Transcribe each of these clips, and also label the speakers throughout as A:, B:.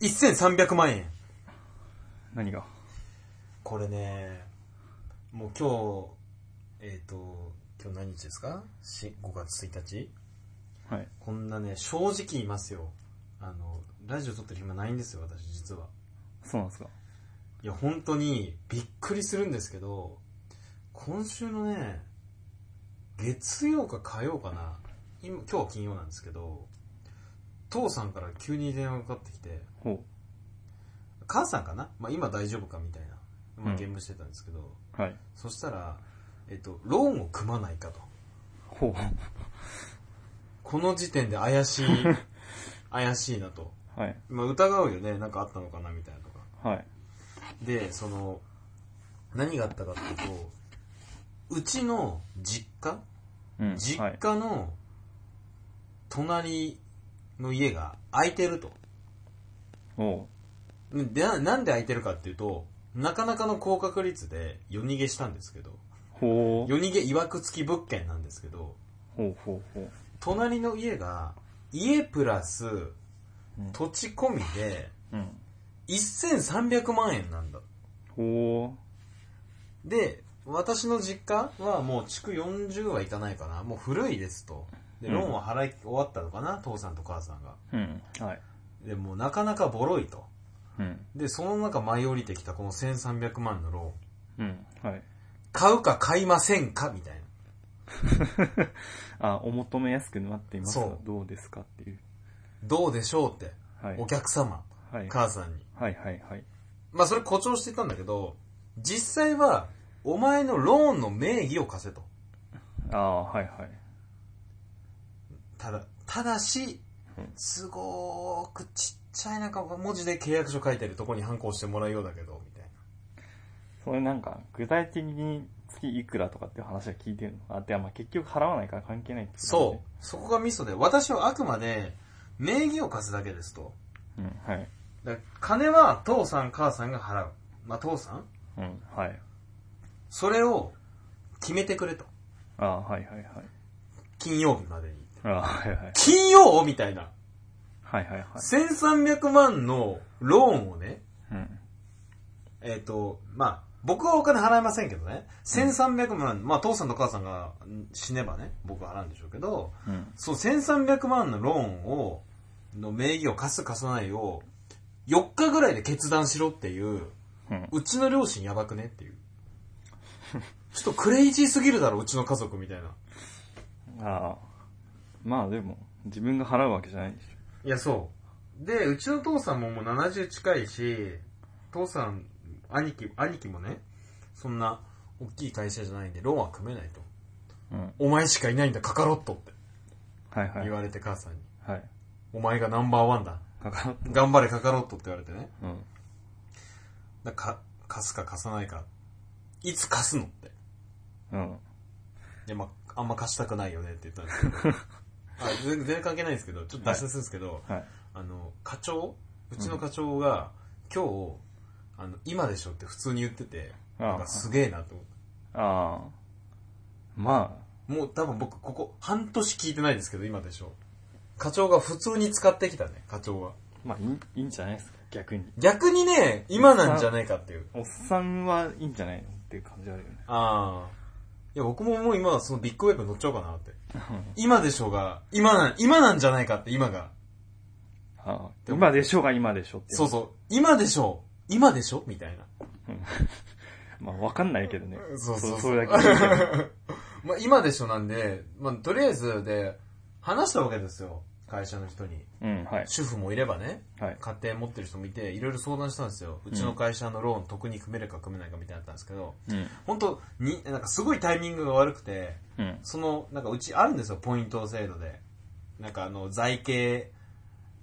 A: 1300万円。
B: 何が
A: これね、もう今日、えっ、と、今日何日ですかし ?5 月1日
B: はい。
A: こんなね、正直言いますよ。あの、ラジオ撮ってる暇ないんですよ、私実は。
B: そうなんですか。
A: いや、本当にびっくりするんですけど、今週のね、月曜か火曜かな、今今日は金曜なんですけど、父さんから急に電話がかかってきて、
B: ほ
A: 母さんかなまあ今大丈夫かみたいな。ま
B: う
A: あ
B: ん
A: ゲームしてたんですけど、
B: う。はい。
A: そしたら、えっと、ローンを組まないかと。
B: ほう。
A: この時点で怪し い、怪しいなと。
B: はい。
A: まあ疑うよね、なんかあったのかなみたいなとか。
B: はい。
A: で、その、何があったかっていうと、うちの実家
B: うん。
A: 実
B: はい。
A: 家の隣の家が空いてると。
B: おう。
A: で、ななんで空いてるかっていうと、なかなかの高確率で夜逃げしたんですけど、
B: ほう。
A: 夜逃げ曰く付き物件なんですけど、
B: ほうほうほう。
A: 隣の家が、家プラス
B: うん
A: 土地込みで
B: うん。
A: 1300万円なんだ。
B: ほ
A: で、私の実家はもう築40はいかないかな。もう古いですと。で、ローンは払い終わったのかな、父さんと母さんが。
B: う。うん。はい。
A: で、もうなかなかボロいと。
B: うん。
A: で、その中舞い降りてきたこの1300万のローン。
B: うん。はい。
A: 買うか買いませんかみたいな。
B: あ、お求めやすくなっていますが
A: そう
B: どうですかっていう。
A: どうでしょうって、
B: はい。
A: お客様、
B: はい。
A: 母さんに。
B: はいはいはい。
A: まあそれ誇張してたんだけど、実際は、お前のローンの名義を貸せと。
B: ああ、はいはい。
A: ただ、ただし
B: うん、
A: すごーくちっちゃいなんか文字で契約書書いてるとこに反抗してもらうようだけど、みたいな。
B: それなんか、具体的に月いくらとかっていう話は聞いてるのあ、ではまあ結局払わないから関係ないってことだね
A: そう。そこがミソで、私はあくまで、名義を貸すだけですと。
B: うん、はい。
A: だから金は父さん母さんが払う。まあ、父さん
B: うん、はい。
A: それを決めてくれと。
B: ああ、はいはいはい。
A: 金曜日までに。
B: ああ、はいはい。
A: 金曜みたいな。
B: はいはいはい。
A: 1300万のローンをね、
B: うん。
A: えっ、と、まあ、僕はお金払いませんけどね。1300万、まあ父さんと母さんがん死ねばね、僕は払うんでしょうけど、
B: うん。
A: そう1300万のローンを、の名義を貸す貸さないを、4日ぐらいで決断しろっていう、
B: うん。
A: うちの両親やばくね っていう。ちょっとクレイジーすぎるだろ、うちの家族みたいな。
B: ああ。まあでも、自分が払うわけじゃないでし
A: いや、そう。で、うちの父さんももう70近いし、父さん、兄貴、兄貴もね、そんな大きい会社じゃないんで、ローンは組めないと。
B: ょ。うん。
A: お前しかいないんだ、カカロットって
B: はいはい
A: 言。われて母さんに。
B: はい。
A: お前がナンバーワンだ。
B: かかっ
A: 頑張れカカロットって言われてね。
B: た。うん。
A: だか、貸すか貸さないか。いつ貸すのって。
B: うん。
A: いや、まあ、あんま貸したくないよねって言ったんですけ ど。あ全然関係ないんですけど、ちょっと脱線するんですけど、
B: はい。
A: あの、課長うちの課長が、今日、あの、今でしょって普通に言ってて、
B: あ
A: なんかすげえなと思っ
B: あ。ああ。ま
A: た。もう多分僕、ここ半年聞いてないですけど、今でしょ。課長が普通に使ってきたね、課長は。
B: あ、まあいいいいんじゃないですか、逆に。
A: 逆にね、今なんじゃないかっていう。
B: おっさんはいいんじゃないのっていう感じあるよね。
A: ああ。いや、僕ももう今はそのビッグウェーブ乗っちゃおうかなって。今でしょが、今なん、今なんじゃないかって、今が。
B: ああ今でしょが今でしょって。
A: そうそう。今でしょ今でしょみたいな。
B: まあわかんないけどね。
A: そうそう
B: それだけ聞いても。
A: まあ、今でしょなんで、まあ、とりあえずで、話したわけですよ。会社の人に。
B: うん、はい。
A: 主婦もいればね、
B: はい。
A: 家庭持ってる人もいて、いろいろ相談したんですよ。うちの会社のローン、特に組めるか組めないかみたいなのあったんですけど、
B: うん。
A: 本当に、なんかすごいタイミングが悪くて、
B: うん。
A: その、なんかうちあるんですよ、ポイント制度で。なんかあの、財形、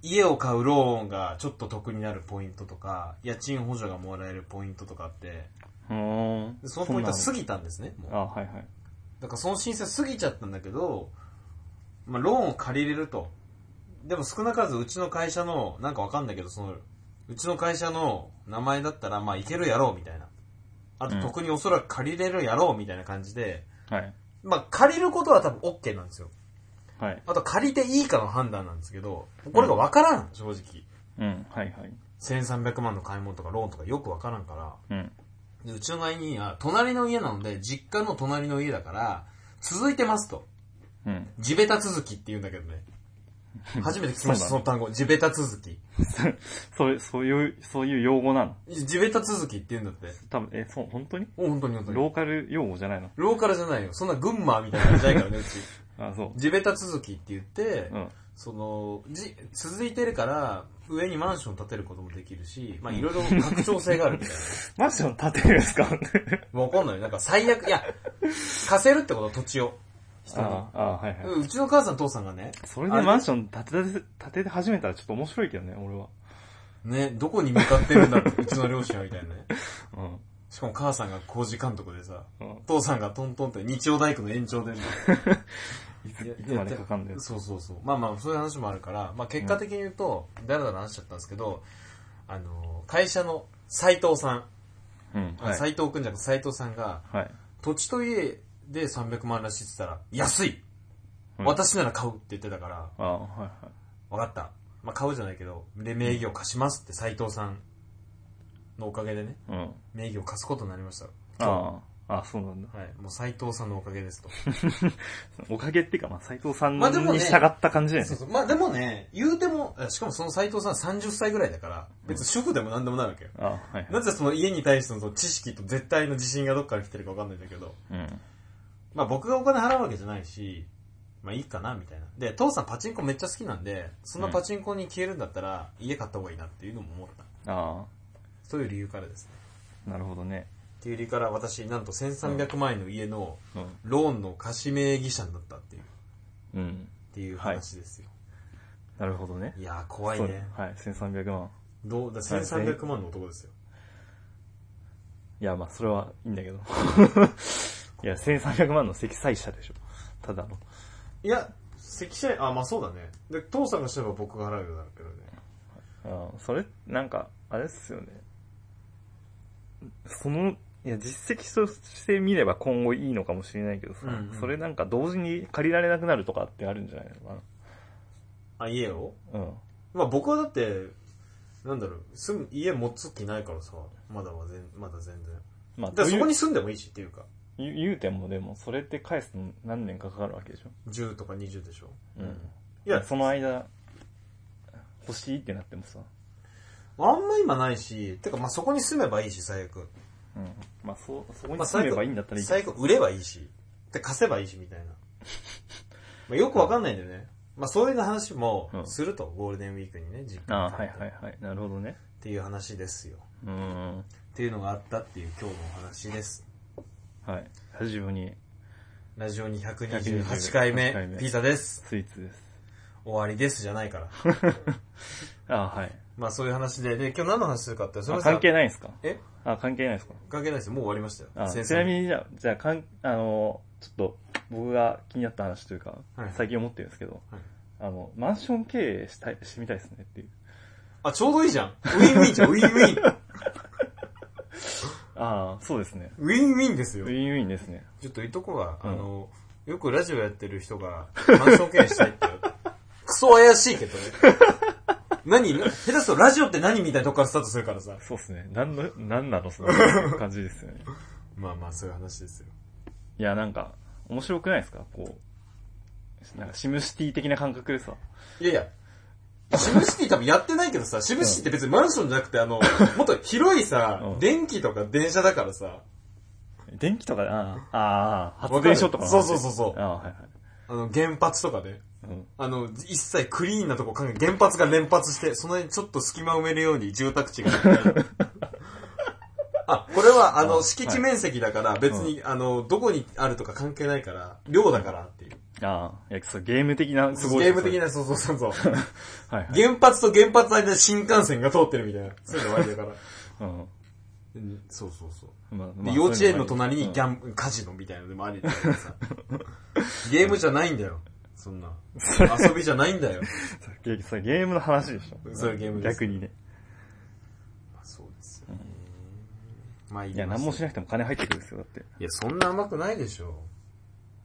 A: 家を買うローンがちょっと得になるポイントとか、家賃補助がもらえるポイントとかあって、
B: うーん
A: でそのポイントは
B: そ
A: 過
B: ん
A: ぎたんですね、もう
B: なのあ、はいはい。
A: だからその申請過ぎちゃったんだけど、まあ、ローンを借りれると。でも少なからずうちの会社の、なんかわかんないけど、その、うちの会社の名前だったら、まあ、いけるやろう、みたいな。あと、
B: うん
A: 特におそらく借りれるやろう、みたいな感じで、
B: はい。
A: まあ、借りることは多分 OK なんですよ。
B: はい。
A: あと、借りていいかの判断なんですけど、これがわからん、正直。
B: うん、はいはい。
A: 1300万の買い物とかローンとかよくわからんから、
B: うん。
A: で、うちの会には、隣の家なので、実家の隣の家だから、続いてますと。
B: うん。
A: 地べた続きって言うんだけど ね。初めて聞きました、そ
B: そう
A: の単語。地べた続き。
B: そう、そういう、そういう用語なの
A: 地べた続きって言うんだって。
B: 多分、え、そう、本当に
A: お、本当に本当に。
B: ローカル用語じゃないの
A: ローカルじゃないよ。そんな群馬みたいな感じじゃないからね、うち。
B: あ、そう。
A: 地べた続きって言って、
B: うん。
A: その、じ、続いてるから、上にマンション建てることもできるし、まあいろいろ拡張性があるみたいな。
B: マンション建てるん ですか
A: わかんない。なんか最悪、いや、貸せるってこと、土地を。人に。
B: ああ、はいはい。
A: うちの母さん父さんがね、
B: それでマンション建てたて、建てて始めたらちょっと面白いけどね、俺は。
A: ね、どこに向かってるん だろう、うちの両親はみたいなね。
B: うん。
A: しかも母さんが工事監督でさ、
B: うん
A: 父さんがトントンって日曜大工の延長でね、
B: いつ、いつまでかかんだよ。
A: そうそうそう。まあまあ、そういう話もあるから、まあ結果的に言うと、だらだら話しちゃったんですけど、あの、会社の斎藤さん、
B: うん。
A: 斎
B: はい。
A: 藤くんじゃなくて斎藤さんが、
B: はい。
A: 土地と家で300万らしいって言ったら、安い、
B: うん
A: 私なら買うって言ってたから、
B: ああ、はいはい。
A: わかった。まあ、買うじゃないけど、で、名義を貸しますって斎藤さんのおかげでね、
B: うん。
A: 名義を貸すことになりました。
B: ああ、あそうなんだ。
A: あ。はい。もう斎藤さんのおかげです と。
B: おかげっていうか、まあ、斎藤さん
A: まあでもね
B: に従った感じだよ
A: そ
B: ね
A: う。そう。まあ、でもね、言うても、えしかもその斎藤さん30歳ぐらいだから、別に主婦でも何でもないわけよ。
B: ああ、はいは。
A: ないぜその家に対してのその知識と絶対の自信がどっから来てるかわかんないんだけど、
B: うん。
A: まあ僕がお金払うわけじゃないし、まあいいかな、みたいな。で、父さんパチンコめっちゃ好きなんで、そんなパチンコに消えるんだったら、家買った方がいいなっていうのも思った。
B: あ
A: そういう理由からですね。
B: あ、なるほどね。
A: っていう理由から私、なんと1300万円の家の
B: うん。
A: ローンの貸し名義者になったっていう、っ
B: うん。
A: ていう話ですよ。
B: なるほどね
A: い、。やー怖い
B: そう
A: ね。
B: はい、1300万。
A: どう、だ1300万の男ですよ。
B: いや、まあ、それはいいんだけど。 いや、1300万の積載者でしょ。ただの。
A: いや、関社員、あ、まあそうだね。で、父さんがしてれば僕が払うようになるけどね。
B: ああそれ、なんか、あれっすよね。その、いや、実績として見れば今後いいのかもしれないけどさ、
A: うんうん
B: それなんか同時に借りられなくなるとかってあるんじゃないのか
A: あ、家を
B: な。うん。
A: まあ僕はだって、なんだろう、住む、家持つ気ないからさ、まだは全、まだ全然。
B: まあ、
A: だからそこ
B: という
A: に住んでもいいしっていうか、
B: 言う言うてもでも、それって返すの何年かかかるわけでしょ。
A: 10とか20でしょ。
B: うん
A: いや、
B: その間、欲しいってなってもさ。
A: あんま今ないし、てかまあそこに住めばいいし、最悪。
B: うん。まあ、そ、そ
A: ま
B: こ
A: あ
B: に住めばいいんだったらいいけ
A: 最後、売ればいいし、で、貸せばいいし、みたい な。まあ、よくわかんないんだよね。まあ、そういう話も
B: うん
A: すると、ゴールデンウィークにね、実
B: ど。あ
A: 家
B: あ、
A: に帰
B: はい
A: って
B: はいはい。なるほどね。
A: っていう話ですよ。
B: うーん。
A: っていうのがあったっていう今日のお話です。
B: はい。ラジオに
A: ラジオ228回目、
B: 128回目
A: ピザです。
B: スイーツです。
A: 終わりですじゃないから。
B: あ あ、はい。
A: まあそういう話で、で、今日何の話するかって、そ
B: あ
A: れ
B: 関係ないんすか
A: え
B: あ、関係ないですか
A: 関係ないですよ。もう終わりましたよ。
B: あ
A: 先
B: ち
A: 生
B: なみにじゃあ、じゃあ、かん、あの、ちょっと、僕が気になった話というか、
A: はい
B: 最近思ってるんですけど、
A: はい
B: あの、マンション経営したい、してみたいですねっていう。
A: あ、ちょうどいいじゃん。ウィンウィンじ ゃん、ウィンウィン。
B: ああ、そうですね。
A: ウィンウィンですよ
B: ウ。ィンウィンですね。
A: ちょっといとこが、
B: うん
A: あの、よくラジオやってる人が、マンション経営したい って言う。クソ怪しいけどね。何下手するとラジオって何みたいなとこからスタートするからさ。
B: そうですね。なんの、なんなのその って感じですよね。
A: まあまあ、そういう話ですよ。
B: いや、なんか、面白くないですかこう、なんかシムシティ的な感覚でさ。
A: いやいや、シムシティ多分やってないけどさ、シムシティって別にマンションじゃなくて、 あの、もっと広いさ、
B: うん
A: 電気とか電車だからさ、
B: 電気とか、ああ、ああ、
A: わ
B: 発
A: かる
B: 電所とかの話
A: そうそうそうそう
B: ああ、はいはい。
A: あの、原発とかね。
B: うん。
A: あの、一切クリーンなとこ考え、原発が連発して、その辺ちょっと隙間埋めるように住宅地が。 あ、これはあ
B: あは
A: の、
B: い
A: 敷地面積だから、別に、あの、どこにあるとか関係ないから、量だからっていう。
B: ああ、いや、そう、ゲーム的な、すごい。
A: ゲーム的。な、そうそうそうそう。
B: はいはい。
A: 原発と原発の間に新幹線が通ってるみたいな。そういうの割だから。
B: うん。
A: うんそうそうそう。
B: まあ、
A: で
B: まあ
A: 幼稚園の隣にギ
B: ン、
A: ャン、カジノみたいなのでもありだからさ。ゲームじゃないんだよ。そんな。 遊びじゃないんだよ。
B: うんそれゲームの話でしょ。
A: それゲームです
B: 逆にね。
A: まあそうですよね。まあい
B: いや、
A: な
B: 何もしなくても金入ってくるんですよ、だって。
A: いや、そんな甘くないでしょ。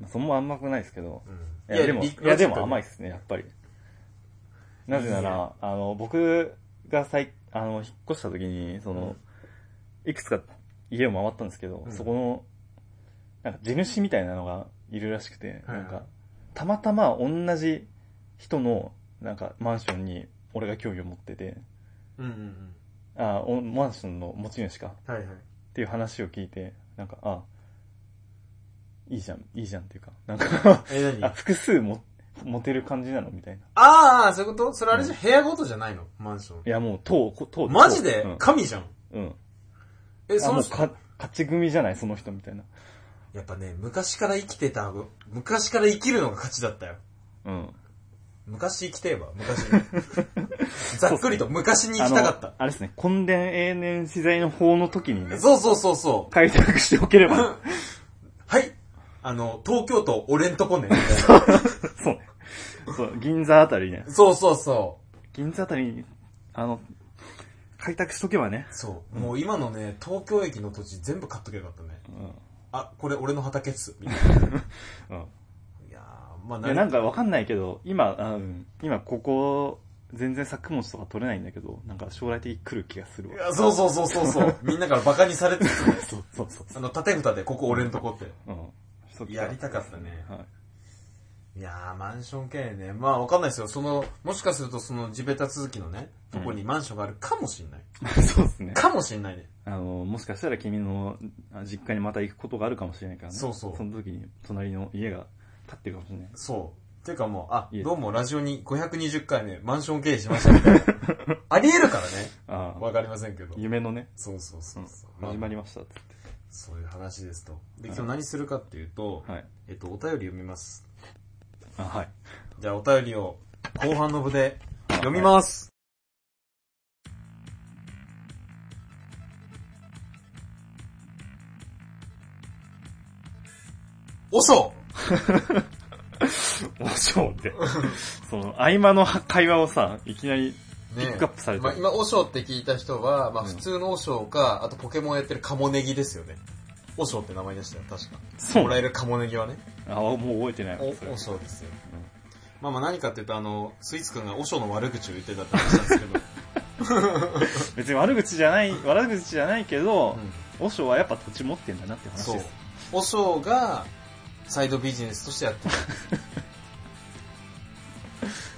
B: まあそんな甘くないですけど。
A: うん
B: いや、でも、いや、でも甘い
A: い。
B: ですね、やっぱり。なぜなら、あの、僕が最あの、引っ越した時に、その、いくつか家を回ったんですけど、
A: うん
B: そこの、なんか地主みたいなのがいるらしくて、
A: はいはい
B: なんか、たまたま同じ人の、なんかマンションに俺が興味を持ってて、
A: うんうん
B: あおマンションの持ち主かっ
A: うん。はいはい。
B: ていう話を聞いて、なんか、あ、いいじゃん、いいじゃんっていうか、なんか
A: え、何
B: あ、
A: あ
B: 複数も持てる感じなのみたいな。
A: あー、そういうことそれあれじゃ、部屋ごとじゃないのマンション
B: い。や、もう、とう、とう。
A: マジで
B: うん
A: 神じゃん。
B: うん。
A: え、
B: あ、
A: そ
B: も
A: の
B: う
A: 人、
B: か、勝ち組じゃない、その人みたいな。
A: やっぱね、昔から生きてた、昔から生きるのが勝ちだったよ。
B: うん。
A: 昔生きてえば、昔 に。ざっくりと昔に行
B: あ
A: き
B: の
A: たかった。
B: あれですね、根伝永年資材の法の時にね、
A: そうそうそうそう。
B: 開拓しておければ、
A: はい。あの、東京都俺んと こね。みたいな
B: そうね。そう、銀座あたりね。
A: そうそうそ
B: 銀座あたりに、あの、開拓しとけばね
A: う。。そう。もう今のね、東京駅の土地全部買っとけばよかったね。
B: うん。
A: あ、これ俺の畑っす。みた いな。い
B: うん。
A: やー、まあ
B: いや、なんかわかんないけど、今、あうん、今ここ、全然作物とか取れないんだけど、なんか将来的に来る気がする
A: い
B: わ。
A: やそうそうそうそうそう。みんなからバカにされてる。
B: そうそうそう
A: あの、縦蓋でここ俺んとこって。
B: うん。そっちか
A: やりたかった ね。
B: はい。
A: いやー、マンション経営ね。まあ、わかんないですよ。その、もしかするとその地べた続きのね、とこにマンションがあるかもしんない。
B: そうですね。
A: かもしんないね。
B: あの、もしかしたら君のあ実家にまた行くことがあるかもしれないからね。
A: そうそう
B: その時に隣の家が建ってるかもしれない。
A: そう。ていうかもう、あ
B: いえ、
A: どうもラジオに520回目、マンション経営しましたみ たいな。ありえるからね。
B: ああ、
A: わかりませんけど。
B: 夢のね、
A: そうそうそうそう。
B: うん、始ま
A: あ、
B: りましたっつっ
A: そういう話ですと。で、今日何するかっていうと
B: て。、はい。
A: えっと、お便り読みます。
B: あ、はい。
A: じゃあ、お便りを後半の部で 読みます。おしょ
B: お しょうって。その、合間の会話をさ、いきなりピックアップされて
A: まあ、
B: る。
A: 今、おしょって聞いた人は、まあ、
B: うん
A: 普通のおしょか、あとポケモンやってるカモネギですよね。おしょって名前でしたよ、確か。
B: そ
A: も
B: う
A: らえ
B: ね。
A: るカモネギはね。
B: あ、もう覚えてないわ。それ
A: お、おしょですよ。
B: うん
A: まあまあ何かっていうと、あの、スイーツくんがおしょの悪口を言ってたって話なんですけど。
B: 別に悪口じゃない、悪口じゃないけど、
A: うん
B: おしょうはやっぱ土地持ってんだなって話
A: そう
B: です。。
A: 和尚が、サイドビジネスとしてやってる。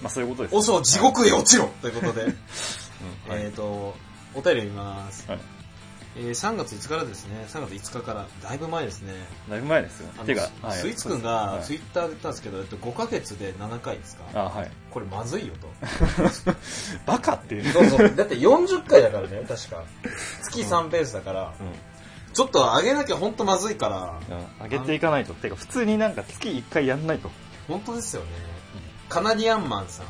B: まあそういうことです。
A: 和尚地獄へ落ちろという ことで、
B: うんはい
A: えっと、お便り見ます。
B: はい
A: えー3月5日からですね、3月5日から、だいぶ前ですね。
B: だいぶ前ですよ
A: あ。の
B: てか、はい
A: スイーツくんが
B: はい
A: ツイッターで言ったんですけど、えっと、5ヶ月で7回ですか
B: あ、はい。
A: これまずいよと。
B: バカっ ていう。
A: そうそう。だって40回だからね、確か。月3ペースだから、
B: うん。
A: ちょっと上げなきゃほんとまずいから、
B: 上げていかないと。てか、普通になんか月1回やんないと。
A: 本当ですよね。カナディアンマンさん、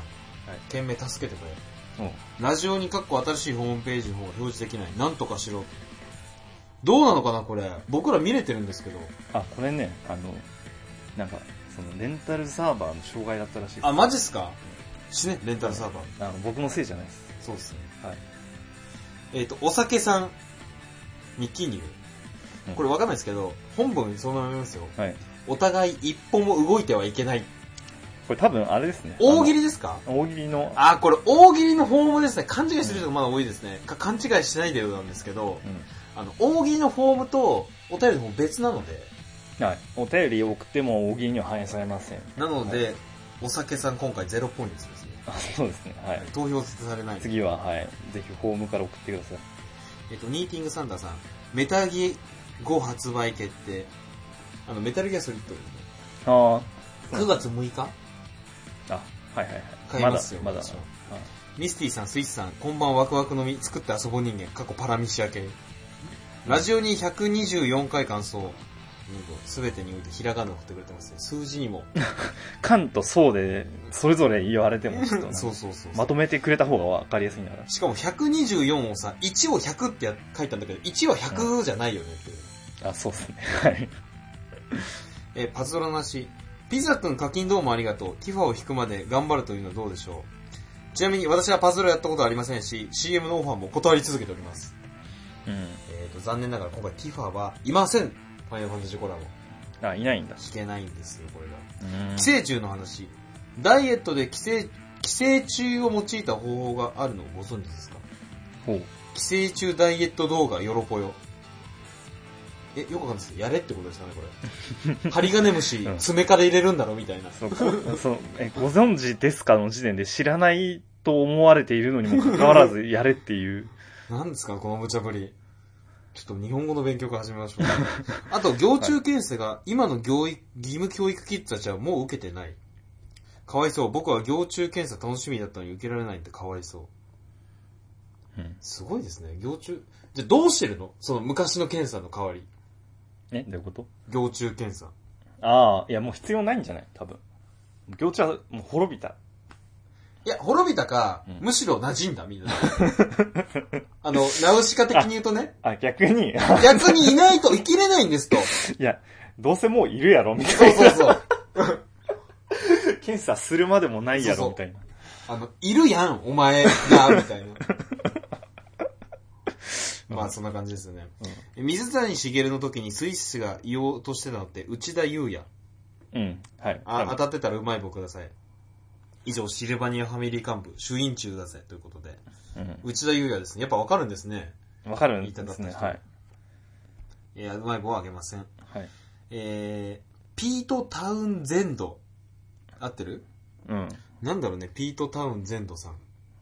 A: 懸命助けてくれ。
B: うん。
A: ラジオにかっこ新しいホームページの方が表示できない。なんとかしろ。どうなのかなこれ。僕ら見れてるんですけど。
B: あ、これね、あの、なんか、その、レンタルサーバーの障害だったらしいです
A: あ、マジっすか死ね、レンタルサーバー。
B: あの、僕のせいじゃないです。
A: そうですね。
B: はい。
A: えっ、と、お酒さん、日記入
B: うん。
A: これわかんないですけど、本文そのまま読みますよ。
B: はい。
A: お互い一歩も動いてはいけない。
B: これ多分あれですね。
A: 大喜
B: 利
A: 利ですか
B: 大喜利の、
A: あ、これ大喜利のフォームですね。勘違いしてる人がまだ多いですね。か勘違いしないでよなんですけど、
B: う
A: あの、大喜利のフォームとお便りの方別なので、
B: ん。はい。お便りを送っても大喜利には反映されません。
A: なので、お酒さん今回ゼロポイントですね。
B: あ、そうですね。はい。
A: 投票されない。
B: 次は、はい。ぜひ、ホームから送ってください。
A: えっと、ニーティングサンダーさん、メタギ5発売決定。あの、メタルギアソリッドですね。
B: あ
A: 9月6日
B: あ、はいはいはい。
A: 買いますよ
B: まだ、まだ
A: 私は。
B: はい
A: ミスティさん、スイッチさん、こんばんワクワクのみ、作って遊ぼう人間、過去パラミシア系。ラジオに124回感想。すべてにおいてひらがなを振ってくれてますね。数字にも。
B: 関とそうで、それぞれ言われても、ちょっとな んか
A: そうそうそう。
B: まとめてくれた方がわかりやすいんだから。
A: しかも124をさ、1を100ってや書いたんだけど、1は100じゃないよねっていう。
B: あ、そうですね。はい。
A: えーパズドラなし。ピザくん課金どうもありがとう。ティファを引くまで頑張るというのはどうでしょうちなみに私はパズドラやったことはありませんし、CM のオファーも断り続けております。
B: うん。
A: えー、と、残念ながら今回ティファはいません。ファイナルファンタジーコラボ。
B: あ、いないんだ。
A: 聞けないんですよ、これが。
B: うん
A: 寄生虫の話。ダイエットで寄生、寄生虫を用いた方法があるのをご存知ですか
B: ほほう。
A: 寄生虫ダイエット動画よろぽよえよくわかんないですやれってことですかねこ れ針金虫
B: うん
A: 爪から入れるんだろみたいな
B: そう、こ そう、え、ご存知ですかの時点で知らないと思われているのにもかかわら ずやれっていう。
A: なんですかこの無茶ぶりちょっと日本語の勉強から始めま しょうあと行中検査が今の行為義務教育キッズたちはもう受けてないかわいそう僕は行中検査楽しみだったのに受けられないってかわいそう
B: うん
A: すごいですね行中じゃあどうしてるのその昔の検査の代わり
B: え、どういうこと
A: 行中検査
B: ああ、いやもう必要ないんじゃない多分。行地はもう滅びた。
A: いや、滅びたか、
B: うん
A: むしろ馴染んだ、みんな。あの、ナウシカ的に言うとね、
B: あ、逆に、い
A: 逆にいないと生きれないんですと。
B: や、どうせもういるやろ、みた
A: そう
B: い
A: そうそう。
B: な。 検査するまでもない
A: そ
B: や
A: うそ
B: ろ、
A: う
B: みたいな。
A: あの、いるやん、お前が、みたいな。まあ、そんな感じですよね。水谷茂の時にスイスが言おうとしてたのって、内田祐也。
B: うん、はい。
A: あ、
B: 多
A: 当
B: 分
A: たってたらうまい棒ください。以上、シルバニアファミリー幹部、主員中だぜ、ということで。内田祐也ですね。やっぱわかるんですね。
B: うん。わかるんです
A: 言
B: ね、
A: いたかった人
B: はい。
A: いや、うまい棒はあげません。
B: はい。
A: えー、ピート・タウンゼンド。合ってる
B: うん。
A: なんだろうね、ピート・タウンゼンドさん。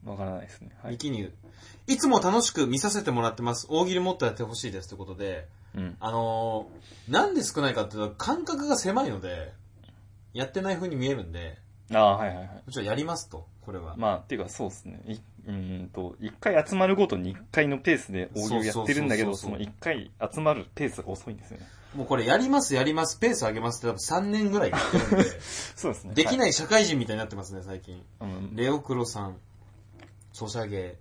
B: わからないですね。は
A: ミ
B: い。
A: キニュー。いつも楽しく見させてもらってます。大喜利もっとやってほしいです。ということで、
B: うん。
A: あのー、なんで少ないかっていうと、感覚が狭いので、やってない風に見えるんで、
B: ああ、はいはいはい。
A: もちろんやりますと、これは。
B: まあ、っていうかそうですね。いうーんと、一回集まるごとに一回のペースで大喜利をやってるんだけど、
A: そ
B: そう
A: そうそうそう
B: の一回集まるペースが遅いんですよね。
A: もうこれやります、やります、ペース上げますって多分3年ぐらいや ってるんで、
B: そうですね。
A: でき
B: い。
A: ない社会人みたいになってますね、最近。
B: うん
A: レオクロさん、ソシャゲ。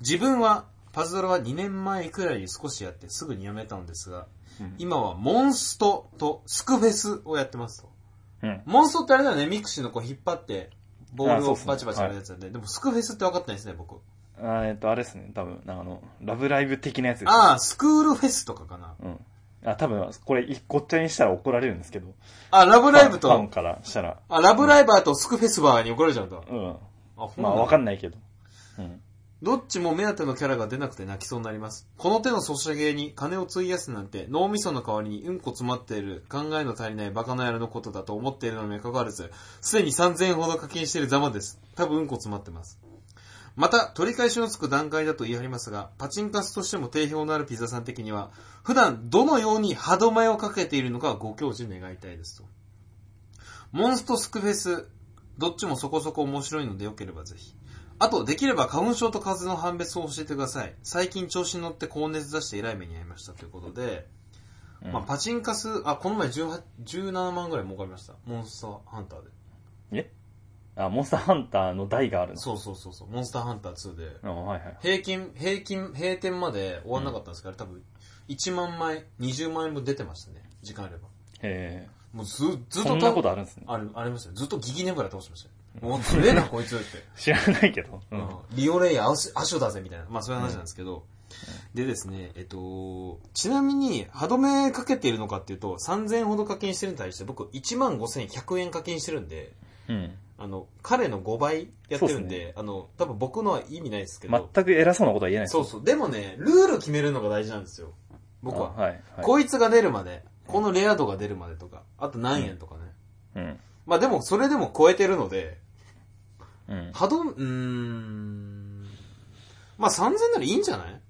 A: 自分は、パズドラは2年前くらいに少しやってすぐにやめたんですが、
B: うん
A: 今はモンストとスクフェスをやってますと。
B: うん。
A: モンストってあれだよね、ミクシーのこう引っ張って、ボー
B: あ
A: ル
B: そう
A: を
B: っすね
A: バチバチやるやつなんで、でもスクフェスって分かってないですね、僕。
B: あーえっと、あれですね。多分、あの、ラブライブ的なやつです。
A: ああ、スクールフェスとかかな。
B: うん。あ、多分、これ、いごっちゃにしたら怒られるんですけど。
A: あ、ラブライブ
B: ファンファン
A: と、
B: からしたら。
A: あ、ラブライバーとスクフェスバーに怒られちゃうんだ。
B: うん。
A: あ、ほん
B: まあ、
A: だ
B: わかんないけど。うん。
A: どっちも目当てのキャラが出なくて泣きそうになります。この手のソシャゲに金を費やすなんて脳みその代わりにうんこ詰まっている考えの足りないバカな野郎のことだと思っているのにもかかわらず、すでに3000円ほど課金しているざまです。多分うんこ詰まってます。また、取り返しのつく段階だと言い張りますが、パチンカスとしても定評のあるピザさん的には、普段どのように歯止めをかけているのかご教授願いたいですと。モンストスクフェス、どっちもそこそこ面白いのでよければぜひ。あと、できれば花粉症と風邪の判別を教えてください。最近調子に乗って高熱出して偉い目に遭いましたということで、
B: うん
A: まあ、パチンカス、あ、この前18 17万ぐらい儲かりました。モンスターハンターで。
B: えあ、モンスターハンターの台があるの
A: そうそうそうそう、モンスターハンター2で。
B: う。ん、はいはい。
A: 平均、平均、閉店まで終わんなかったんですから、多分、1万枚、20万円分出てましたね。時間あれば。
B: え
A: もうず、ず
B: ー、
A: っ
B: そ
A: と
B: んなことあるんですね。
A: ある、ありましたよずっとギギネブラ倒してましたよ。もう強えな、こいつって。
B: 知らないけど。うん。
A: うんリオレイアシュアショだぜみたいな、まあそういう話なんですけど、でですね、えっと、ちなみに歯止めかけているのかっていうと、3000円ほど課金してるに対して僕15,100円課金してるんで、
B: うん。
A: あの、彼の5倍やってるん
B: そう
A: で、あの、多分僕のは意味ないですけど、
B: 全く偉そうなことは言えないです
A: そうそう、でもね、ルール決めるのが大事なんですよ。僕は。
B: あはい、はい。
A: こいつが出るまで、このレア度が出るまでとか、あと何円とかね。
B: うん。
A: まあでも、それでも超えてるので、
B: うん。
A: 波動、うーん。まあ3000ならいいんじゃない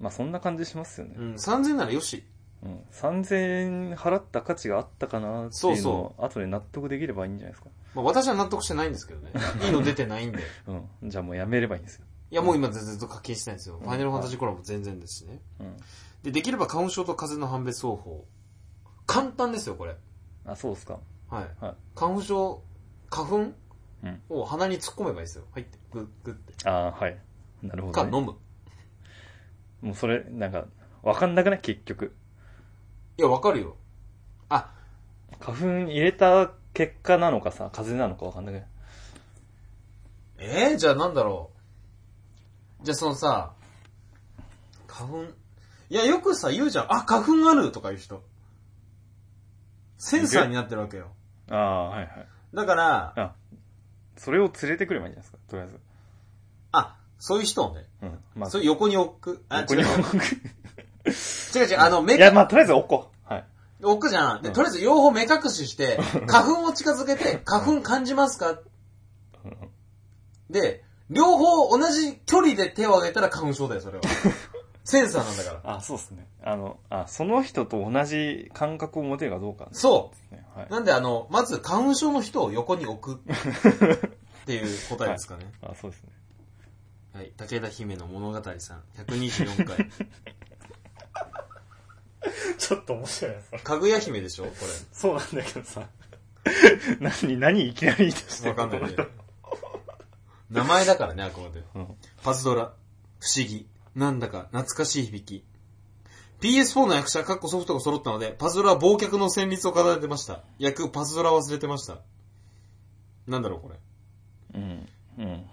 B: まあ、そんな感じしますよね
A: う。ん、3000ならよし。
B: うん。3000円払った価値があったかなって
A: そう
B: いうの
A: そ
B: を、後で納得できればいいんじゃないですか。
A: まあ私は納得してないんですけど ね。いいの出てないんで。
B: うん。じゃあもうやめればいいんですよ。
A: いや、もう今全然と課金してないんですよ。
B: ん
A: ファイナルファンタジーコラボ全然ですしね。
B: うん。
A: で、できれば花粉症と風邪の判別方法。簡単ですよ、これ。
B: あ、そうですか。
A: はい。
B: はい
A: 花粉症、花粉
B: うん
A: を鼻に突っ込めばいいですよ。入って、グッグッて。
B: あーはい。なるほ
A: か、
B: ど、ね。
A: 飲む。
B: もうそれ、なんか、わかんなくない結局。
A: いや、わかるよ。あ、
B: 花粉入れた結果なのかさ、風邪なのかわかんなくない
A: えー、じゃあなんだろう。じゃあそのさ、花粉。いや、よくさ、言うじゃん。あ、花粉あるとか言う人。センサーになってるわけよ。
B: ああー、はいはい。
A: だから、
B: あ、それを連れてくればいいんじゃないですか、とりあえず。
A: あ、そういう人をね、
B: うん。まあ、
A: それ横に置く。あ、
B: 横
A: 違う
B: に
A: 違う
B: 置
A: 違う違う、あの、目
B: く。いや、まあ、とりあえず置こう。はい。
A: 置くじゃん。で、
B: うん
A: とりあえず両方目隠しして、花粉を近づけて、花粉感じますか
B: うん
A: で、両方同じ距離で手を挙げたら花粉症だよ、 それは。センサーなんだから。
B: あ、そうですね。あの、あ、その人と同じ感覚を持てるかどうかです
A: そ。。
B: ね。はいう
A: なんで、あの、まず花粉症の人を横に置く。っていう答えですか ね。
B: あ、そうですね。
A: はい。武田姫の物語さん、124回。
B: ちょっと面白いな、それ。
A: かぐや姫でしょこ
B: そうなんだけどさ。 何、何いきなり言い出して
A: れ。
B: る
A: わかんないね
B: この人。
A: 名前だからね、あくまで。
B: うん。
A: パズドラ。不思議。なんだか懐かしい響き。PS4 の役者、かっこソフトが揃ったので、パズドラは忘却の旋律を奏でてました。役、パズドラ忘れてました。なんだろう、これ。
B: うん。うん。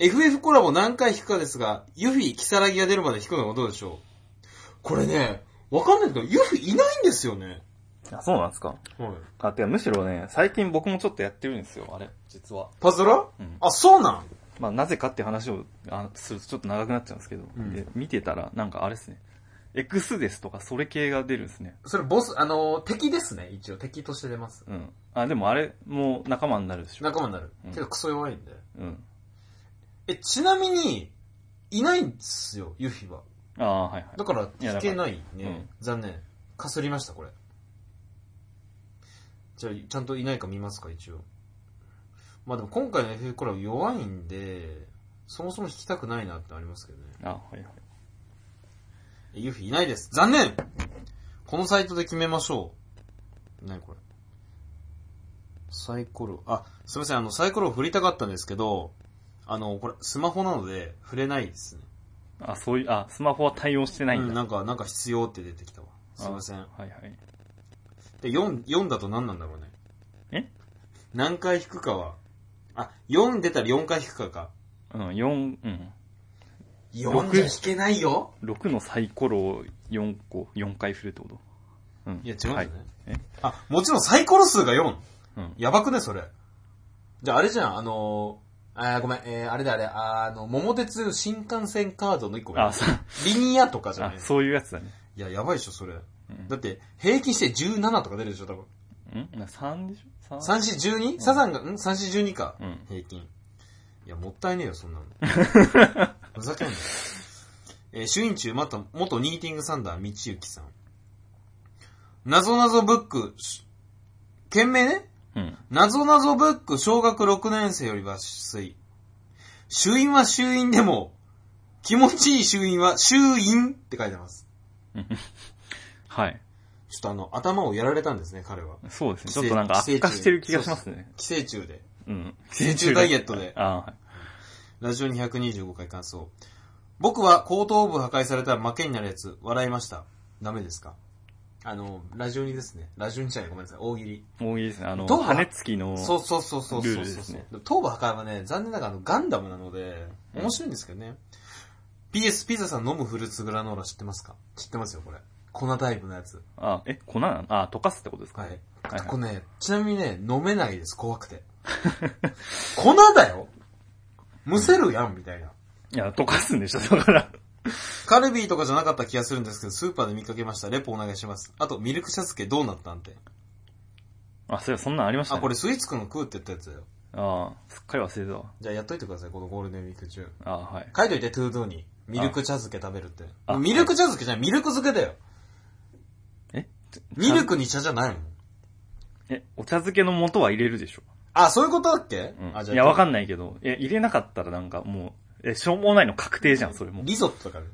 A: FF コラボ何回弾くかですが、ユフィ、キサラギが出るまで弾くのはどうでしょうこれね、わかんないけど、ユフィいないんですよね。
B: あ、そうなんですかあ、てかむしろね、最近僕もちょっとやってるんですよ、あれ。実は。
A: パズドラ
B: うん。
A: あ、そうなん
B: まあ、なぜかって話をあするとちょっと長くなっちゃうんですけど、
A: うん
B: で見てたら、なんかあれですね。X ですとか、それ系が出るんですね。
A: それボス、あのー敵ですね、一応。敵として出ます。
B: うん。あ、でもあれ、もう仲間になるでしょ。
A: 仲間になる
B: う。ん
A: けど、クソ弱いんで。
B: うん。
A: え、ちなみに、いないんですよ、ユフィは。
B: ああ、はいはい。
A: だから、
B: いや
A: 聞けないね。
B: らうん
A: 残念。かすりました、これ。じゃあ、ちゃんといないか見ますか、一応。まあでも今回の FF コラボ弱いんで、そもそも弾きたくないなってのありますけどね。
B: あはいはい。
A: えユフィいないです。残念このサイトで決めましょう。何これ。サイコロ、あ、すいません、あの、サイコロを振りたかったんですけど、あの、これ、スマホなので、振れないですね。
B: あ、そういう、あ、スマホは対応してないんだ。
A: うん、なんか、なんか必要って出てきたわ。すいません
B: あ。はいはい。
A: で、4、4だと何なんだろうね。
B: え
A: 何回引くかは、あ、4出たら4回引くかか。
B: うん、四うん。
A: 4じゃ引けないよ
B: 6のサイコロを4個、4回振るってことうん。
A: いや、違うんじゃな、
B: はいい。え
A: あ、もちろんサイコロ数が 4!
B: うん。
A: やばくね、それ。じゃあ、あれじゃん、あのー、あーごめん、えー、あれだあれ、あーあの、桃鉄の新幹線カードの1個目
B: あ、さ、
A: リニアとかじゃ
B: あ
A: な、い
B: そういうやつだね。
A: いや、やばいでしょ、それ。
B: うん
A: だって、平均して17とか出るでしょ、多分。
B: うんな ?3 でしょ ?3?
A: 3四 12? サザンが、ん ?3 四12か。
B: うん。
A: 平均。いや、もったいねえよ、そん なの。ふざけんなよ。えー、主演中、また、元ニーティングサンダー、道行さん。なぞなぞブック、し件名ね
B: うん。
A: なぞなぞブック、小学6年生より抜粋。主員は衆院でも、気持ちいい衆院は衆院って書いてます。
B: はい。
A: ちょっとあの、頭をやられたんですね、彼は。
B: そうですね。ちょ
A: 寄生
B: っとなんか悪化してる気がしますね。
A: 寄生虫で。
B: うん。
A: 寄生虫ダイエットで。
B: あはい。
A: ラジオ225回感想。僕は後頭部破壊されたら負けになるやつ、笑いました。ダメですかあの、ラジオにですね。ラジオにじゃない、ごめんなさい。大喜利。
B: もういいですね。あの、
A: どうだ
B: 羽根付きの、
A: そうそうそうそうそう
B: ル
A: そ
B: ー
A: う
B: ルですね
A: 頭部破壊はね、残念ながらあのガンダムなので、
B: うん
A: 面白いんですけどね。PS、ピザさん飲むフルーツグラノーラ知ってますか知ってますよ、これ。粉タイプのやつ。
B: あ、え、粉なのあ、溶かすってことですか
A: は。
B: はいい
A: こ
B: は
A: れね、ちなみにね、飲めないです、怖く て。粉だよむせるやん、みたいな。
B: い。いや、溶かすんでしょ、だから。
A: カルビーとかじゃなかった気がするんですけど、スーパーで見かけました。レポお願いします。あと、ミルク茶漬けどうなったんて。
B: あ、それそんなんありました
A: あ、
B: ね。
A: これスイーツくんが食うって言ったやつだよ。
B: あーすっかり忘れてたわ。
A: じゃあやっといてください、このゴールデンウィーク中。
B: あーはい。
A: 書いといて、トゥードゥに。ミルク茶漬け食べるって
B: あ。
A: ミルク茶漬けじゃない、ミルク漬けだよ。
B: え
A: ミルクに茶じゃないもん。
B: え、お茶漬けの素は入れるでしょ
A: あ、そういうことだっけ、
B: うん
A: あ、じゃあ。
B: いや、わか
A: ん
B: んないけど、え、入れなかったらなんかもう、え、しょうもないの確定じゃん、それもう。
A: リゾットとかね。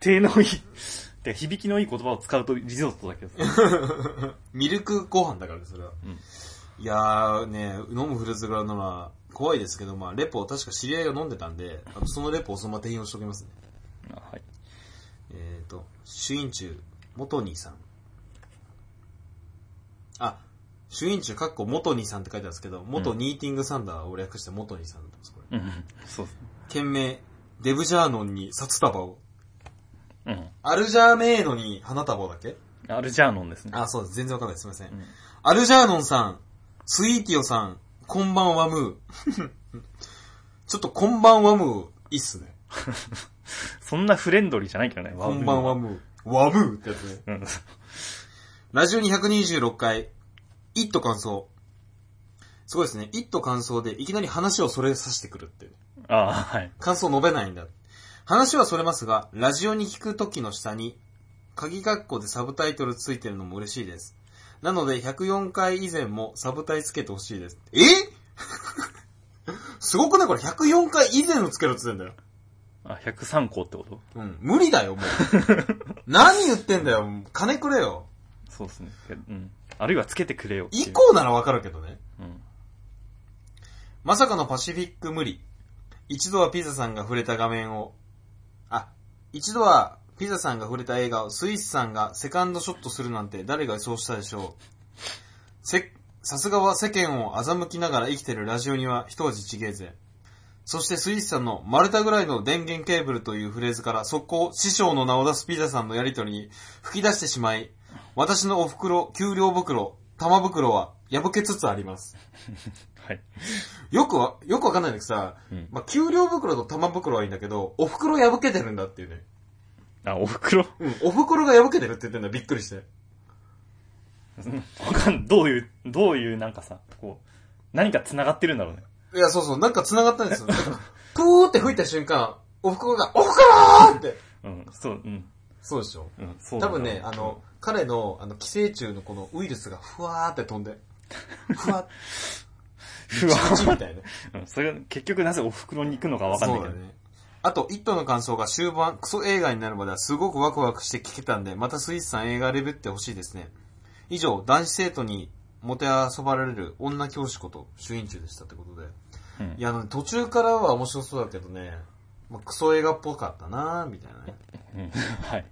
B: 手のいい、 てか響きのいい言葉を使うとリゾットだけどさ。
A: ミルクご飯だからね、それは。
B: うん
A: いやーね、飲むフルーツグラノーラ、怖いですけど、まあ、レポ確か知り合いが飲んでたんで、あのそのレポをそのまま転用しておきますね。
B: あ はい。
A: えっ、ー、と、主員中、元兄さん。あ、主員中、かっこ元兄さんって書いてあるんですけど、元ニーティングサンダーを略して元兄さんだったんです、これ。
B: うん、そうっす
A: 件名、デブジャーノンに札束を。
B: ね。
A: アルジャーメイドに花束をだっけ
B: うん。アルジャーノンですね。
A: あ、そうです。全然わかんないです。すいません。
B: ん
A: ア ルジャーノンさん、スイーティオさん、こんばんはムー。ちょっとこんばんはむ、いいっすね。
B: そんなフレンドリーじゃないけどね、
A: こんばんはむ、わむってやつね。
B: うん。
A: ラジオ226回、一と感想。すごいですね。一と感想でいきなり話をそれさせてくるっていう。
B: ああ、はい。
A: 感想述べないんだ。話はそれますが、ラジオに聞くときの下に、鍵括弧でサブタイトルついてるのも嬉しいです。なので、104回以前もサブタイつけてほしいです。えすごくないこれ104回以前のつけろっつってんだよ。
B: あ、103個ってこと
A: うん。無理だよ、もう。何言ってんだよ。金くれよ。
B: そうですね。うん。あるいはつけてくれよっていう
A: 以降ならわかるけどね。
B: うん。
A: まさかのパシフィック無理。一度はピザさんが触れた画面を、あ、一度はピザさんが触れた映画をスイスさんがセカンドショットするなんて誰が予想したでしょう。せ、さすがは世間を欺きながら生きてるラジオには一味違えぜ。そしてスイスさんの丸太ぐらいの電源ケーブルというフレーズから速攻師匠の名を出すピザさんのやりとりに吹き出してしまい、私のお袋、給料袋、玉袋は破けつつあります。
B: はい。
A: よくわ、よくわかんないんだけどさ、
B: うん。
A: まあ、給料袋と玉袋はいいんだけど、お袋破けてるんだっていうね。
B: あ、お袋
A: うん、お袋が破けてるって言ってんだ、びっくりして。
B: うんわかん、どういう、どういうなんかさ、こう、何か繋がってるんだろうね。
A: いや、そうそう、なんか繋がったんです よ。なんかプーって吹いた瞬間、お袋が、お袋って。
B: うん、そう、うん、
A: そうでしょ。
B: うん、そうだ
A: 多
B: な
A: 分ね、あの、、彼の、あの、寄生虫のこのウイルスがふわーって飛ん で、ふわ、
B: ふ
A: チ
B: わ
A: チみたいな。
B: うん、それが結局なぜお袋に行くのかわかんな
A: そ
B: いうけ
A: だ
B: ど。
A: ね。あと、イットの感想が終盤、クソ映画になるまではすごくワクワクして聞けたんで、またスイスさん映画レベってほしいですね。以上、男子生徒にもてあそばられる女教師こと、主演中でしたってことで。
B: うん
A: いや、あの途中からは面白そうだけどね、まあ、クソ映画っぽかったなぁみたいなね。
B: うん、はい。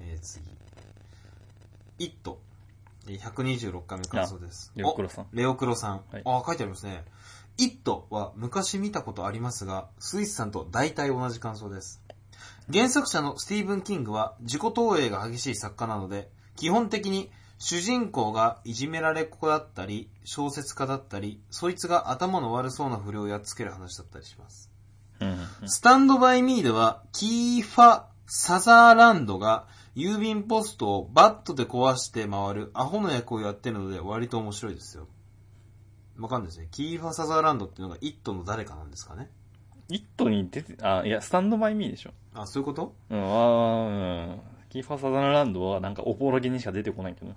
A: えー、次。イット。えー126回目感想です。
B: レオクロさん
A: おレオクロさん。
B: はい
A: ああ、書いてありますね。イットは昔見たことありますが、スイスさんと大体同じ感想です。原作者のスティーブン・キングは自己投影が激しい作家なので、基本的に主人公がいじめられっ子だったり、小説家だったり、そいつが頭の悪そうな不良をやっつける話だったりします。
B: うん、うん
A: スタンドバイミーでは、キーファ・サザーランドが郵便ポストをバットで壊して回るアホの役をやってるので割と面白いですよ。わかんないですね。キーファ・サザーランドっていうのがイットの誰かなんですかね。
B: イットに出て、あ、いや、スタンドバイミーでしょ。
A: あ、そういうこと
B: うん、あーうん。キーファーサザンランドはなんかおぼろげにしか出てこないけど。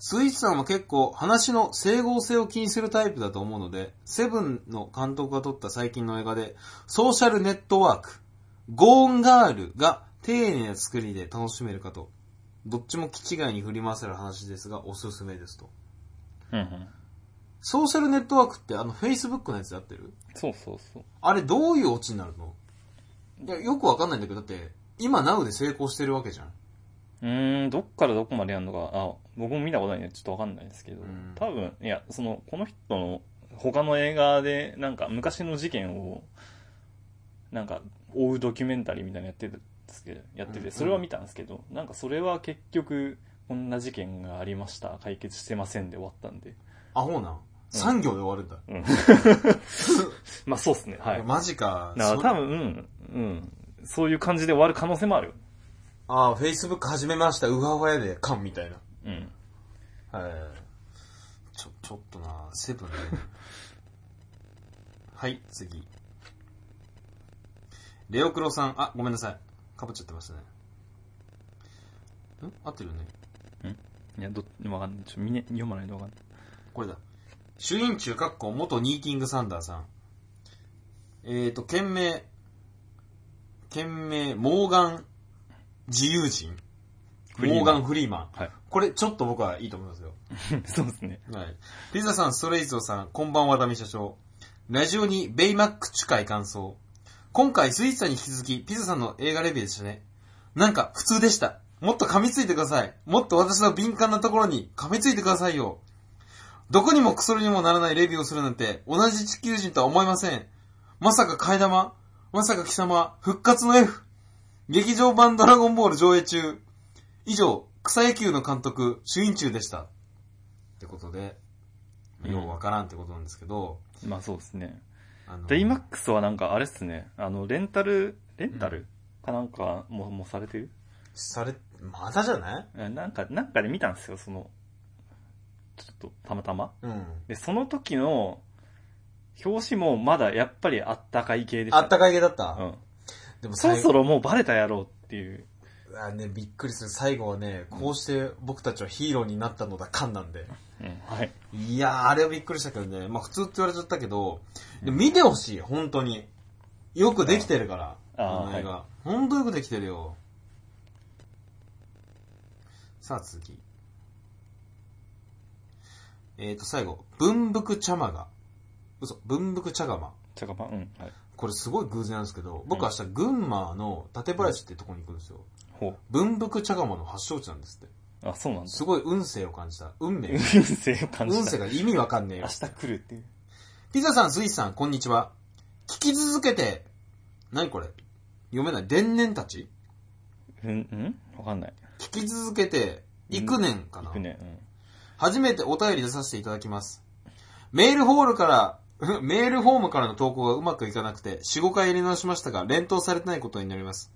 A: スイスさんは結構話の整合性を気にするタイプだと思うので、セブンの監督が撮った最近の映画で、ソーシャルネットワーク、ゴーンガールが丁寧な作りで楽しめるかと、どっちも気違いに振り回せる話ですが、おすすめですと。
B: うん、うん。
A: ソーシャルネットワークってあの Facebook のやつやってる
B: そうそうそう。
A: あれどういうオチになるのいや、よくわかんないんだけど、だって、今 Now で成功してるわけじゃん。
B: うーん、どっからどこまでやるのか、あ、僕も見たことないんでちょっとわかんないですけど
A: うん、
B: 多分、いや、その、この人の他の映画で、なんか昔の事件を、なんか追うドキュメンタリーみたいなのやってるんですけど、やって
A: うんうん
B: て、それは見たんですけど、なんかそれは結局、こんな事件がありました、解決してませんで終わったんで。
A: アホなん。産業で終わるんだ。
B: うん。 まあそうっすね、はい。
A: マジか。
B: だから
A: そ
B: 多分、うん、うん。そういう感じで終わる可能性もあるよ。
A: ああ、Facebook 始めました、うわうわやで、かんみたいな。
B: うん。
A: はい。ちょ、ちょっとな、セブンね。 はい、次。レオクロさん、あ、ごめんなさい。かぶっちゃってましたね。ん合ってるよね。
B: いや、ど、わかんない。ちょっと見ね、読まないとわかんない。
A: これだ。主任中、かっこ、元ニーティングサンダーさん。えーと、県名、県名、モーガン自由人。
B: フリーマ
A: モ
B: ン
A: ーガン・フリーマン。
B: はい。
A: これ、ちょっと僕はいいと思いますよ。
B: そうですね。
A: はい。リザさん、ストレイゾーさん、こんばんは、ダミ社長。ラジオにベイマックチュ会感想。今回、スイーツさんに引き続き、ピザさんの映画レビューでしたね。なんか、普通でした。もっと噛みついてください。もっと私の敏感なところに噛みついてくださいよ。どこにもクソにもならないレビューをするなんて、同じ地球人とは思えません。まさか替え玉まさか貴様復活の F! 劇場版ドラゴンボール上映中。以上、草野球の監督、主演中でした。ってことで、
B: うん
A: ようわからんってことなんですけど、
B: まあそうですね。
A: あの
B: で、イマックスはなんかあれっすね。あの、レンタル、レンタルかなんかも、もうされてる
A: され、まだじゃない
B: えなんか、なんかで見たんですよ、その、ちょっと、たまたま。
A: うん。
B: で、その時の、表紙もまだやっぱりあったかい系でした、
A: あったかい系だった。
B: うん。
A: でも
B: そろ
A: 最
B: そ
A: 後、
B: ろもうバレたやろうっていう。
A: あね、びっくりする。最後はね、こうして僕たちはヒーローになったのだ、かんなんで。
B: うん、はい。
A: いやー、あれはびっくりしたけどね。まあ普通って言われちゃったけど、でも見てほしい、本当に。よくできてるから、
B: あー
A: この映画。本当よくできてるよ。さあ続き。えーと、最後。文福茶間が。嘘、文福茶釜。
B: ちゃかま、うん、はい。
A: これすごい偶然なんですけど、僕明日群馬の館林ってとこに行くんですよ。
B: ほう。
A: 文福茶釜の発祥地なんですって。
B: あ、そうなんだ。
A: すごい運勢を感じた。運命
B: 運。勢を感じた。
A: 運勢が意味わかんねえよ
B: 明。日来るっていう。
A: ピザさん、スイスさん、こんにちは。聞き続けて、何これ読めない。伝年たち
B: うん、うんわかんない。
A: 聞き続けて、幾年かな、
B: 行くね。うん。
A: 初めてお便り出させていただきます。メールホールから、 メールフォームからの投稿がうまくいかなくて、4、5回入れ直しましたが、連投されてないことになります。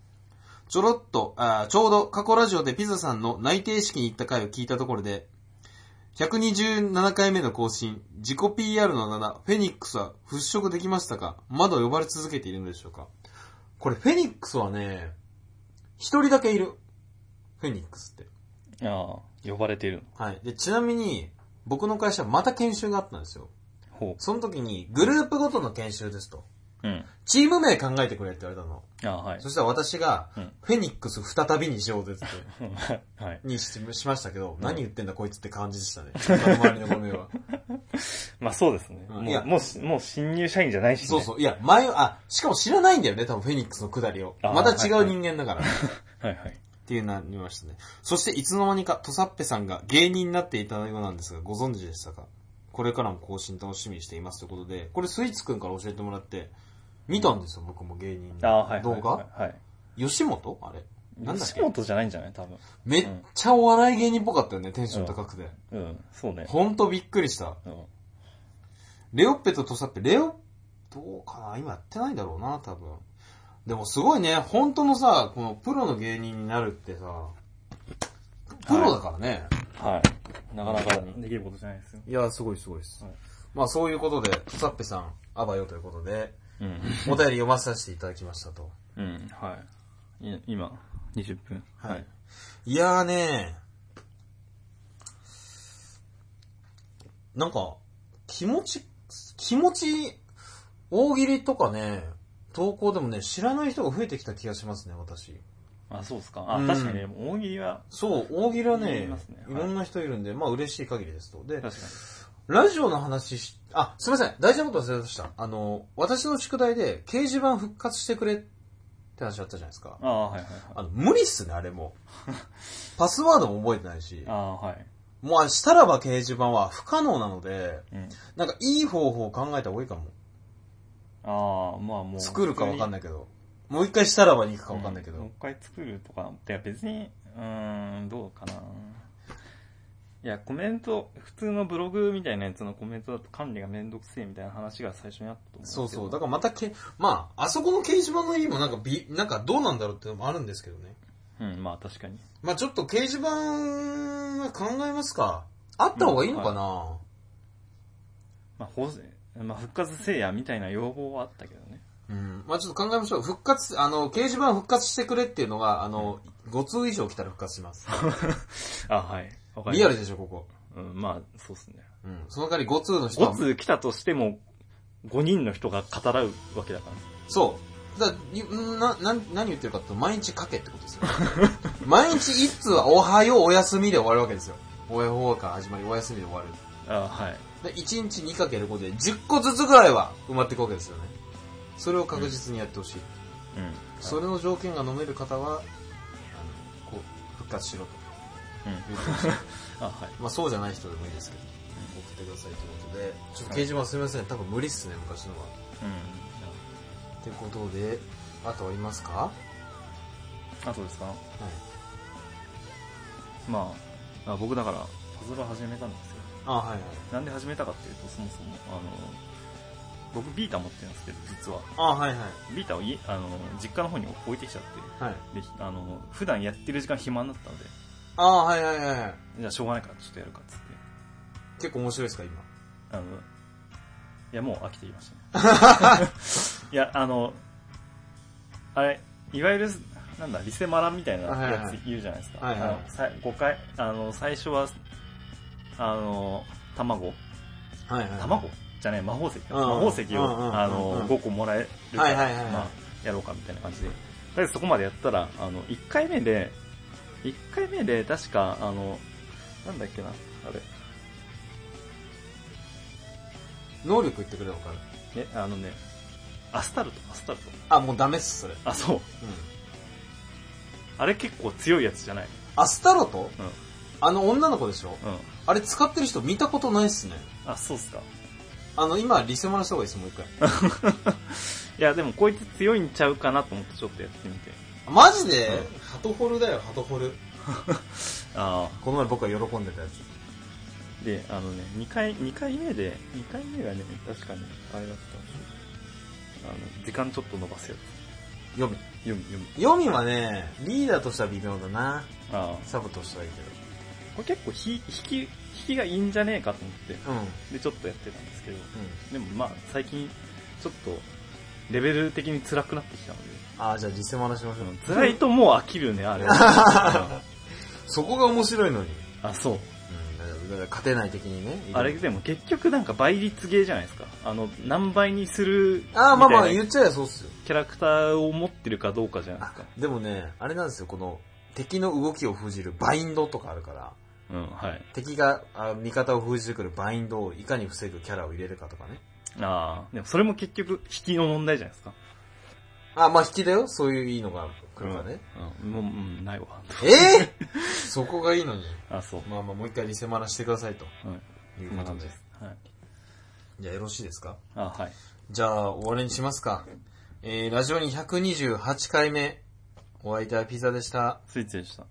A: ちょろっと、あーちょうど過去ラジオでピザさんの内定式に行った回を聞いたところで、127回目の更新、自己 PR の7、フェニックスは払拭できましたかまだ呼ばれ続けているのでしょうかこれ、フェニックスはね、一人だけいる。フェニックスって。
B: ああ、呼ばれてる。
A: はい。で、ちなみに、僕の会社また研修があったんですよ。
B: ほ
A: その時に、グループごとの研修ですと。
B: う。うん。
A: チーム名考えてくれって言われたの。
B: ああ、はい
A: そ。したら私が
B: うん、
A: フェニックス再びにしようぜって、
B: はい。
A: にししましたけど、何言ってんだこいつって感じで したね。他の周りのごめんは。
B: まあそうですね。
A: うん
B: も
A: いうや
B: もうし、もう新入社員じゃないし、ね。
A: そうそう。いや、前は、あ、しかも知らないんだよね、多分フェニックスのくだりを。
B: あー
A: また違う人間だから。
B: う。はいはい。
A: っていうなりましたね。そしていつの間にか、トサッペさんが芸人になっていたようなんですが、ご存知でしたかこれからも更新楽しみにしていますということで、これスイーツくんから教えてもらって、見たんですよ、僕も芸人
B: ああ、はい、は
A: の
B: い。
A: 動画。
B: はい。
A: 吉本あれなんだっ
B: 吉
A: け
B: 本じゃないんじゃない多分。
A: めっちゃお笑い芸人っぽかったよね、テンション高くて。
B: うん、そうね。
A: ほんとびっくりした。
B: うん。
A: レオッペとトサッペ、レオ、どうかな今やってないんだろうな、多分。でもすごいね、本当のさ、このプロの芸人になるってさ、プロだからね。
B: はい。なかなかできることじゃないですよ。
A: いや、すごいすごいです。
B: はい
A: まあ、そういうことで、トサッペさん、あばよということで、
B: うん。
A: お便り読ませさせていただきましたと。
B: うん、はい。い今、20分。
A: はい。いやーねなんか、気持ち、気持ち、大喜利とかね、投稿でもね、知らない人が増えてきた気がしますね、私。
B: あ、そうですか。あ、
A: うん
B: 確かにね、大喜利は、
A: そう、大喜利はね
B: いますね、
A: いろんな人いるんで、まあ嬉しい限りですと。で、
B: 確か
A: ラジオの話し、あ、すいません。大事なこと忘れました。あの、私の宿題で掲示板復活してくれって話あったじゃないですか。
B: に。ああ、はいはいはい。
A: あの、無理っすね、あれもう。パスワードも覚えてないし
B: あ。あ、はい。
A: もう、したらば掲示板は不可能なので、
B: うん。
A: なんかいい方法を考えた方がいいかも。
B: ああ、まあもう。
A: 作るかわかん
B: ない
A: ないけど。もう一回したらばに行くかわかんないけど。
B: もう一回作るとか、いや別に、うーん、どうかな。いや、コメント、普通のブログみたいなやつのコメントだと管理がめんどくせえみたいな話が最初にあったと思うんですけ
A: そ
B: ど。
A: うそう。だからまたけ、まあ、あそこの掲示板の意味もなんかび、なんかどうなんだろうっていうのもあるんですけどね。
B: うん、まあ確かに。
A: まあちょっと掲示板は考えますか。あった方がいいのかな、
B: まあ、法制まあ、復活せいやみたいな要望はあったけどね。
A: うん。まあちょっと考えましょう。復活、あの、掲示板復活してくれっていうのが、あの、5通以上来たら復活します。
B: あ、はい。わかり
A: リア
B: ま
A: ル
B: し
A: でしょ、ここ。
B: た。うん、まあ、そうっすね。
A: うん。その代わり5通の人は
B: 5、通来たとしても、5人の人が語らうわけだから。
A: そう。だからいな、な、何言ってるかって毎日書けってことですよ。 毎日1通はおはよう、おやすみで終わるわけですよ。おやほうから始まり、おやすみで終わる。
B: あはい。
A: で、1日2かける5で10個ずつぐらいは埋まっていくわけですよね。それを確実にやってほしい。
B: うん。
A: それの条件が飲める方は、あのこう、復活しろ と
B: うん。
A: 言ってました。
B: あはい。
A: まあそうじゃない人でもいいですけど、送ってくださいということで、ちょっと掲示板すみません、多分無理っすね、昔のは。
B: うん。
A: ってことで、あとありますかは
B: あ、そうですか
A: い。
B: まあ、まあ、僕だから、パズルを始めたんですよ。
A: あはいはい。
B: なんで始めたかっていうと、そもそも、あの、僕ビータ持ってるんですけど、実は。
A: あはいはい。
B: ビータをいあの実家の方に置いてきちゃって、
A: はい。
B: であの普段やってる時間暇になったので、
A: あはいはいはい。
B: じゃあしょうがないからちょっとやるかっつって、
A: 結構面白いですか、今。
B: あの、いや、もう飽きてきました ね。いや、あの、あれ、いわゆる、なんだ、リセマラみたいな
A: はいはい
B: やつ言うじゃないですか。
A: はいはい
B: あのさ5回、あの、最初は、あの、卵、
A: はいはい。
B: 卵じゃない、魔法石か。
A: うんうん
B: 魔法石
A: うんうんうんう
B: を、
A: ん
B: あの、5個もらえるから、
A: はいはいはいはい
B: まあ、やろうかみたいな感じで。とりあえずそこまでやったら、あの、1回目で、1回目で確か、あの、なんだっけな、あれ、
A: 能力言ってくれば分かる。
B: え、あのね、アスタルト、アスタルト。
A: あ、もうダメっす、それ。うん。
B: あ、そう。あれ結構強いやつじゃない
A: アスタロト
B: うん
A: あの女の子でしょ
B: うん。
A: あれ使ってる人見たことないっすね。
B: あ、そうっすか。
A: あの、今、リセマラした方がいいです、もう一回。
B: いや、でもこいつ強いんちゃうかなと思ってちょっとやってみて。
A: マジで
B: う
A: ハトホルだよ、ハトホル。
B: あ
A: この前僕が喜んでたやつ。
B: あ。で、あのね、2回、二回目で、2回目がね、確かに、あれだったんですよあの、時間ちょっと伸ばせよ。
A: 読み。
B: 読む、読む。
A: 読みはね、リーダーとしては微妙だな。
B: ああ。
A: サブとしてはいいけ
B: これ結構ひ、引き、引きがいいんじゃねえかと思って、
A: ど。うん。
B: で、ちょっとやってたんですけど、
A: うん。
B: でもまあ、最近、ちょっと、レベル的に辛くなってきたので、
A: あーじゃあ実践話しましょ
B: う
A: う。
B: ん辛いともう飽きるね、あれは。
A: そこが面白いのに。
B: うんあ、そう。
A: うん、だからだから勝てない的にね。
B: あれでも結局なんか倍率ゲーじゃないですか。あの、何倍にするみたい
A: あー
B: な
A: まあまあ言っちゃえばそうっすよ。
B: キャラクターを持ってるかどうかじゃないですか。
A: でもね、あれなんですよ、この敵の動きを封じるバインドとかあるから、
B: うん、はい。
A: 敵があ味方を封じてくるバインドをいかに防ぐキャラを入れるかとかね。
B: ああ、でもそれも結局引きの問題じゃないですか。
A: あーまあ引きだよ、そういういいのが来るからね。
B: うん、もう、うん、ないわ。
A: えー、 そこがいいのに。
B: あ、そう。
A: まあまあもう一回リセマラしてくださいと
B: はい。
A: いう
B: こ
A: こ
B: んな
A: と
B: 感
A: で
B: じで。す。はい。
A: じゃあよろしいですか
B: あはい。
A: じゃあ、終わりにしますか。えー、ラジオに128回目、お相手はピザでした。
B: スイッチでした。